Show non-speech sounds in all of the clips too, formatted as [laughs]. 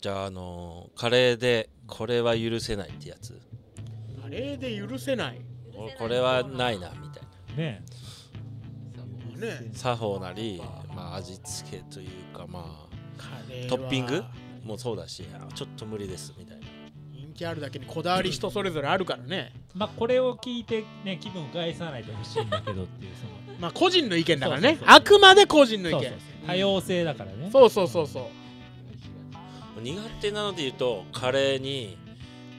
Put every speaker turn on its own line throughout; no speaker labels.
じゃああのカレーでこれは許せないってやつ
カレーで許せない。
おこれはないなみたいな
ね
ね、
作法なり、まあ、味付けというかま
カレーは
トッピングあもうそうだしあちょっと無理ですみたいな
人気あるだけにこだわり人それぞれあるからね。
まあこれを聞いてね気分を害さないでほしいんだけどっていうその
まあ個人の意見だから
そう
ね
そう。そう
あくまで個人の意
そう
見
そうそう。多様性だからね
そうそうそうそう。
苦手なので言うとカレーに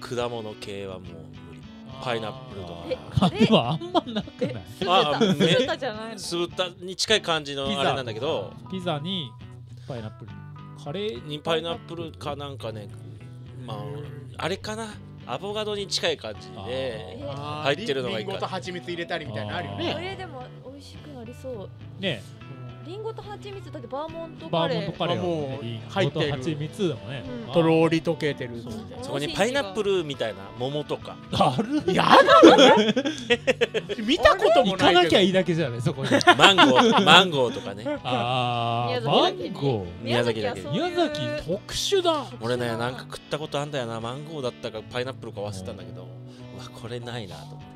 果物系はもう無理パイナップルと
え
か
あ [laughs] でもあんまなくない
酢豚
あね
酢豚じゃないの
酢豚に近い感じの
ピザ
あれなんだけど
ピザにパイナップルカレー
にパイナップルかなんかねまああれかなアボカドに近い感じで
あ
あ
ー
入ってるのがいい
リン
か
ゴと蜂蜜入れたりみたいなのあるよ
あ
こ
ね。
れでも美味しくなりそう
ね
リンゴと蜂蜜だってバーモントカ
バー
レ
モント
ー
カレーだもん
あもう
ねリンゴと
入ってる
蜂蜜だもんね
うん
とろーり溶けてる。
そこにパイナップルみたいな桃とか
ある
やだね。見たこと
行
も
か
な
ないきゃ
け
いいだけじゃないそこに
マンゴーマンゴーとかね
[laughs] ああ
宮
マ
崎だけ
ン
に
ゴ
宮崎だけ
ー
に
そうい
宮
う
崎特殊だ
俺ねなんか食ったことあんだよなマンゴーだったかパイナップルか忘れたんだけどうわこれないなと思っても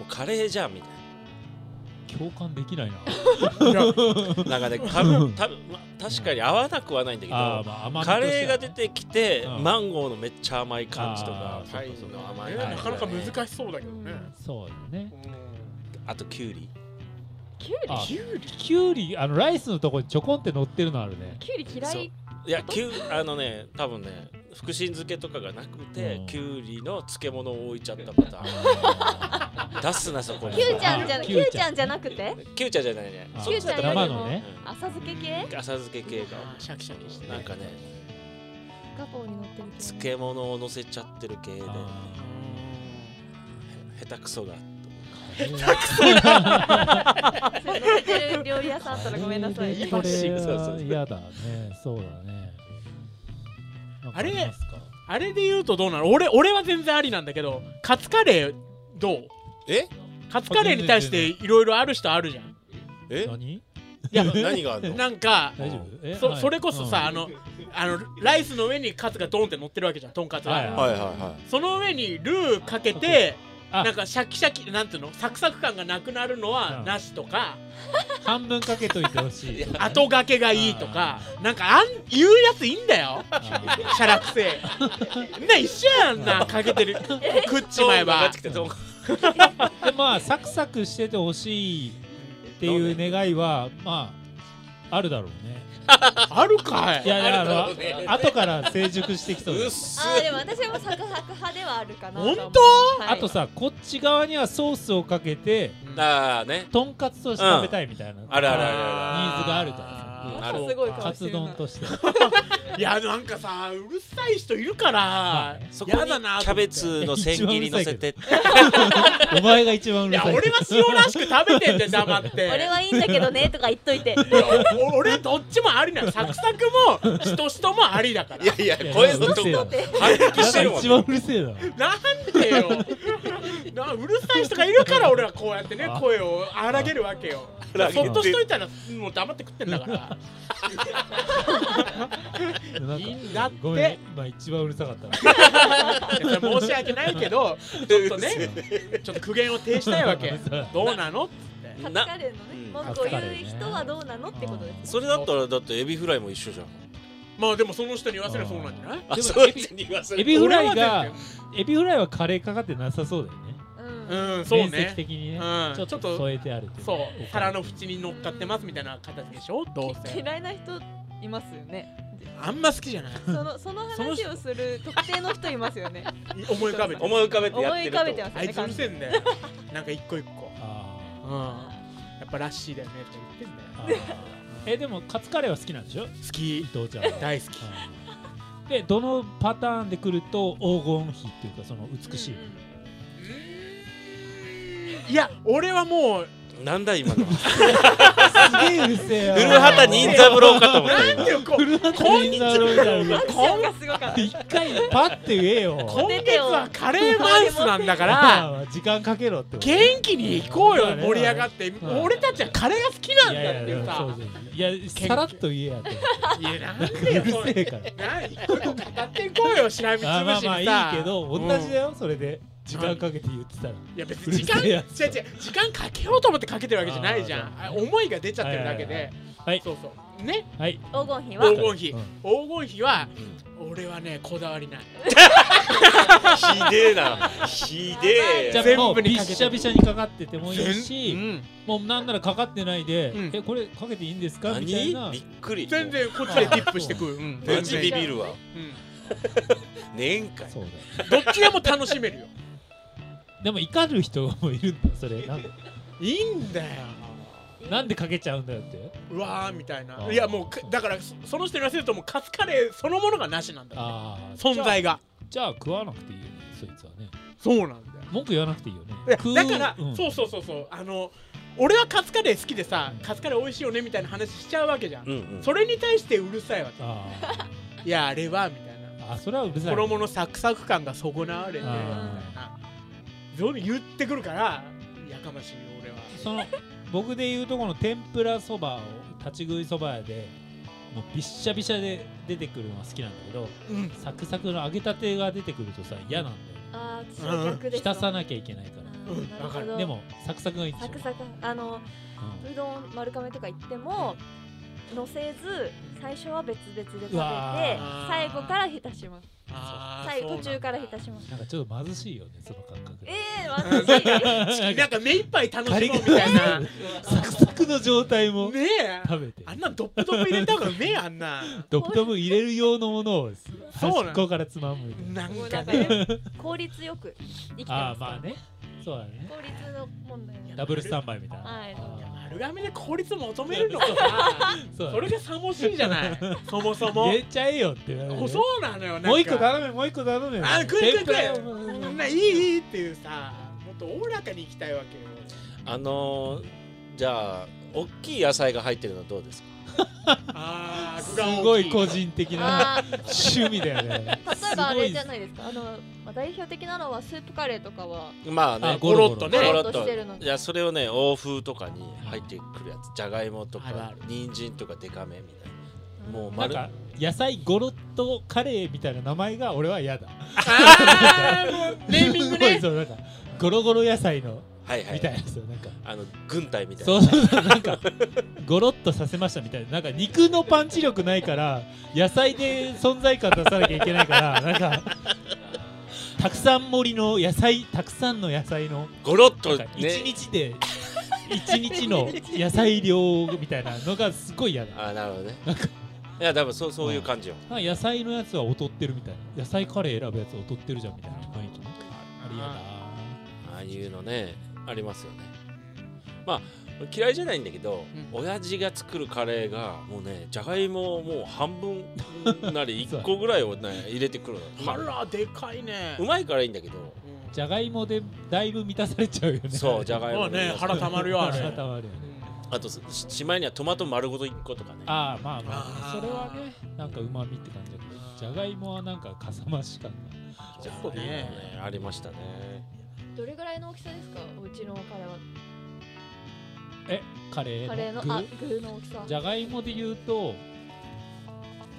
うカレーじゃんみたいな
共感できないな
ど。いや
なんかね、かぶたぶんま確かに合わなくはないんだけ
あー
ど、
まあ甘み
カ
としては
レーが出てきて、
うん
マンゴーのめっちゃ甘い感じとか
あ、ー
パイ
そうかそう
の
か
甘
あ
い
れ
感
は
じ、
なかなか難しそうだけどね。
そうだね
あとキュウリ。
キュウリ
あ
キュウリ
きゅうりあのライスのとこにちょこんって乗ってるのあるね
キュウリ嫌い
いや、キュウあのね、多分ね、福神漬けとかがなく
う
て
ん、
キュウリの漬物を置いちゃったパターン。出すなそこに。
キュウちゃんじゃ
あ
キュウちゃんじゃなくて
キュウちゃんじゃないね。
あ
そっちだったら
生のね
うん
浅漬け系
浅漬け系が。
シャキシャキして
なん
ね。
かね、
ガパオに乗ってる系
漬物を乗せちゃってる系で、
あー
下手くそが。
乗 [laughs] ってる料理屋さんあったらごめんなさい
カレーでこれ
そうそう
は
そう
嫌だね。そうだね。なんか
あれ
りますか
あれで言うとどうなの俺俺は全然ありなんだけどカツカレーどう
え？
カツカレーに対していろいろある人あるじゃん
え？
何
いや
何があるの？
なんか
大丈夫え
そ
はい
それこそさ、あのあのライスの上にカツがドーンって乗ってるわけじゃんとんかつが、
はい
はいはいはい。
その上にルーかけて
あ
なんかシャキシャキなんていうのサクサク感がなくなるのはなしとか
うん半分かけといてほしい。
後掛けがいいとかなんかあん言うやついいんだよ
あー
シャラくせえ
[laughs]
みんな一緒やんなかけてる食っちまえば
でまあサクサクしててほしいっていう願いはまああるだろうね。
あるかい
いやいやあ
あるだろうね
の後から成熟してきそう
う
で
っ
す。
す
あーでも私もサクサク派ではあるかな
本当
と思うはい
あとさこっち側にはソースをかけて
ああね
とんかつとして食べたいみたいな。
あるあるある
ニーズがあるから
うん
あ
ある
そう
すごいか
カツ丼として。
いやなんかさうるさい人いるから、
はい
そこに
や
キ
だな
ャベツの千切り乗せて
お前が一番う
い
る
や
さい。
俺は塩らしく食べてんだよ黙って
俺はいいんだけどねとか言っといて
いやお俺はどっちもありなのサクサクもしとしともありだから
いや
いや
声のと
うるせえ
こ
な
反撃してる
な
も
ん
ん
か一番うるせえ
な
な。
んでよなうるさい人がいるから俺はこうやってね
あ
声を荒げるわけよ
荒げて
そっとしといたらもう黙って食ってんだから
なんか
いいんだって
ごめん今一番うるさかったな
いやそれ申し訳ないけどちょっとねちょっと苦言を呈したいわけどうなのって
カツ
な
カレーのね文句を言う人はどうなのってことです
それだったらだってエビフライも一緒じゃん
まあでもその人に言わせればそうなんじゃない
あ
でも
そう
エビ
に言わせ
エビフライ
俺は
が
全
[laughs] エビフライはカレーかかってなさそうだよね
うん
うんそう
面積
ね
的にね、
うん
ちょっ
ちょっ
と
と
添えてあるってい
そう
ね
皿の縁に乗っかってますみたいな形でしょどうせ
嫌いな人いますよね
あんま好きじゃない
そのその話をする特定の人いますよね
思い浮かべて
思い浮かべて
思
やっ
い
て
浮
る
かべて
と
ますよ
あ
ね
いつうるせえんだよなんか一個一個
あ
うんやっぱラッシーだよねって言ってんだよ
ーあーえでもカツカレーは好きなんでしょ
好
伊
き
藤ちゃんは
大好き
うんでどのパターンで来ると黄金比っていうかその美しい、
うんうん
いや俺はもう
なんだ今のは
すげえうるせえよ
古畑任三郎かと思っ
なんていうこ
古畑任三郎みたいな
アクションがすごかった。
一回パッて言えよ
今月はカレーマンスなんだから
ああ時間かけろってこと
元気に行こう
そう
よ
だね
盛り上がって
うん
俺たちはカレーが好きなん
い
だっ
やい
てい
や
うさ
そうそういやさらっと言えやって
いやなん
[laughs] う
でよ
る
そ
せ
れ
えから
な一個一個語っていこうよしらみつぶ
あまあ
し
まあい
に
い
さ
けど同じだよそれで時間かけて言ってたら
いや別に時間
うるせえ
違う違
や
う
つ
時間かけようと思ってかけてるわけじゃないじゃんあ思いが出ちゃってるだけ
はい
で
はいはい
そうそうね
はい
黄金比
黄
は
金比
うん
黄金比は俺はねこだわりない
たひでえなひで
じゃ
え
あも
全
う
部
び
に
っ
かけて
しゃびしゃにかかっててもいい
全う
し
ん
もうなんならかかってないで
うん
えこれかけていいんですかみたいな
何びっくり
全然こっちでディップしてくるうん
マ
全
ジ
然
ビビるわ
うん
年会
そうだよ
どっちでも楽しめるよ。
でも怒る人もいるんだそれ
[laughs]
なん
いいんだよ。
なんでかけちゃうんだよって
うわーみたいな
あ。ー
いやもうかだからそその人に言わせるともうカツカレーそのものがなしなんだよ。
ああ
存在が。
じゃあ食わなくていいよねそいつはね
そうなんだよ
文句言わなくていいよね
いや。
食う
だから、
うん
そうそうそうそうあの俺はカツカレー好きでさ
うん
カツカレー美味しいよねみたいな話しちゃうわけじゃん。
うんうん
それに対してうるさいわ
あ
け。いやあれはみたいな。
ああそれはうるさいね、
衣のサクサク感が損なわれてみたい
あ
な。そういうの言ってくるからやかましいよ俺は。
その僕で言うとこの天ぷらそばを立ち食いそば屋でもうびっしゃびしゃで出てくるのは好きなんだけど
うん。
サクサクの揚げたてが出てくるとさ嫌なんだよ
あー私は逆です
浸
わ。
さなきゃいけないか
あ
うん
ーな
わかる
ほ
ら
ど
でもサクサクがいいでしょ
サクサクあのうどん丸亀とか行っても乗せず最初は別々で食べて
うわ
ー
最後から浸します
あー
最後
そうな
途
んだ
中から浸しま
うん
す
なんかちょっと貧しいよねその感覚
ええー、私
なんか目いっぱい楽しもうみたいな。ね
サクサクの状態も
え。
食べて
あんなドップドップ入れた方がうめえあんな。
ドブドブ入れる用のものを
そうな
端
の
っこからつまむみたいな
なん
もう
か
なんか
ね。
ね効率よく生きて
あ
ま
あ
す
まあねそうだね
効率の問題
ダブルスタンバイみたいな、
はい
あ
丸亀で効率求めるのかさ。
ー [laughs] そうだね
それがさもしいじゃない。そもそも
入。れちゃえよってなるよね
そうなのよ。なんか
もう一個。頼めもう一個頼め
あ食え食え食え
天ぷらを
そんないいいいっていうさ。もっとおおらかに行きたいわけよ。
あのーじゃあ大きい野菜が入ってるのはどうですか
ああ、
すごい個人的な
あー
趣味だよね
例えばあれじゃ
い
ないですかあの、まあ、代表的なのはスープカレーとかは
まあ
あ
ね
ゴロゴ
ゴ
ロ
ゴ
ロっとしてるの
いやそれをね欧風とかに入ってくるやつじゃがいもと
あるあ
か
る
人参とかデカめみたいなもう
なん
丸
か野菜ゴロッとカレーみたいな名前が俺は嫌だ
あーもうネーミング
[laughs] すごい
ね。
そうなんかゴロゴロ野菜の
はいは
みたい
い
なそうなんか
あの軍隊みたいな
そうそうそうなんかゴロッとさせましたみたいななんか肉のパンチ力ないから野菜で存在感出さなきゃいけないからなんかたくさん盛りの野菜たくさんの野菜の
ゴロッと
なんか一
ね
日で一日の野菜量みたいなのがすごい嫌だ
あなるほどねいや多分そうそういう感じよ
なんか野菜のやつは劣ってるみたいな野菜カレー選ぶやつは劣ってるじゃんみたいな雰囲気あれ嫌だ
ああいうのねありますよねまあ嫌いじゃないんだけど、
う
親父が作るカレーがもうねじゃがいもをもう半分なり
[laughs]
一個ぐらいをね入れてくるの
あらでかい
[laughs]
ね
う。まいからいいんだけど
うん
じゃがいもでだいぶ満たされちゃうよね
そうじゃがい
も
も
うね腹たまるよあれ。
腹た [laughs] まるよね
あとししまいにはトマト丸ごと一個とかね
ああまあまあ
あー
それはねなんかうまみって感じだけどじゃがいもはなんかかさ増し感
じゃ
ちょ
あ
っとね
ねありましたね
どれぐらいの大きさですかお家のカレーは
えカレーの
カレーの
具
あ具の大きさ
じゃがいもで言うと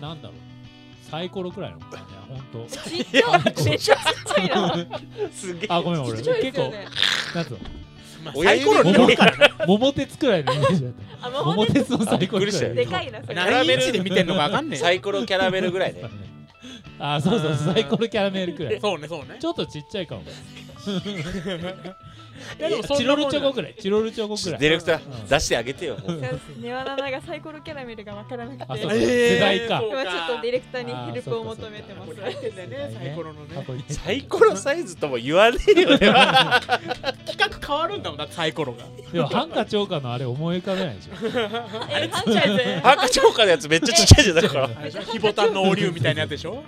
なんだろうサイコロくらいの感じだねほんと
ちっちゃめっちゃちっちゃいな [laughs]
すげ
あごめん
ち
俺
っちゃいで
結
すよ
構
ね
なんつうの
まあ
親
サイコロ
指
に
の
よるからね。
桃鉄くらいのイメージだった
あまあ
桃鉄のサイコロ
びっくりした
くら
よ
い
でかいなそれ
なラ
何
ベ
イ
ル
ンチで見てんのかわかんねえ
サ。イコロキャラメルぐらいね
あーそうそうそうサイコロキャラメルくらい
そうねそうね。
ちょっとちっちゃいかも
いやでもそん
チ
な
ロ
も
ル
ん
チ
だ
ョコくらいチロルチョコくら
ディ
い
レクター
うん
出してあげてよもう
ネワナナがサイコロキャラメルがわからなくて
あそう
今
か
え
ち
ー
世代か
そうか
ょっとディレクターにヘルプを求めてま
こ
す
れ入ってんだよねサイコロの
過
ね。
去に
サイコロサイズとも言わねえよね
企画変わるんだもんだってサイコロが。
でもハンカチョウカのあれ思い浮かべないでしょ
えハンチャーズ
ハンカチョーカーのやつめっちゃちっちゃいじゃんだから
あれでしょヒボタンのオリュウみたいなやつでしょ。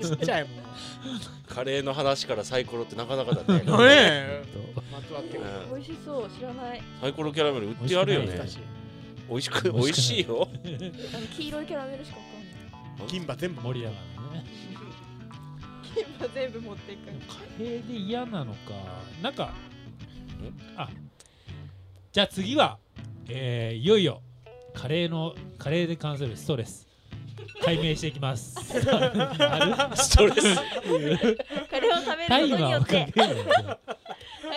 ちっちゃいもん。
カレーの話からサイコロってなかなかだね
[laughs] ねえ
と
まつわって
う
る
ん
美味しそう知らない
サイコロキャラメル売ってやるよ
美
ね
味し
美味しく美
美
味し
味し
いよ
あの黄色いキャラメルしかわかんない
銀歯全部
盛り上がるね
金歯全部持っていく
でもカレーで嫌なのかなんかあじゃあ次は、えーいよいよカレーのカレーで関するストレス解明していきますあ
ストレス [laughs]
カレーを食べ
るタ
る
イ
ことに
マー
よ
をか
っ
け
て
るので
タ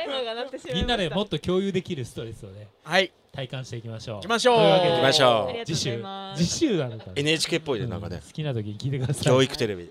イマーがなってしまいました
みんなでもっと共有できるストレスをね
はい行
体感していきましょう
きましょう
というわけで
行きましょう
ありがとう
次
ござい
週
ます
次週なのかな
NHK っぽいね
うん
なんかね
好きな時に聞いてください
教育テレビです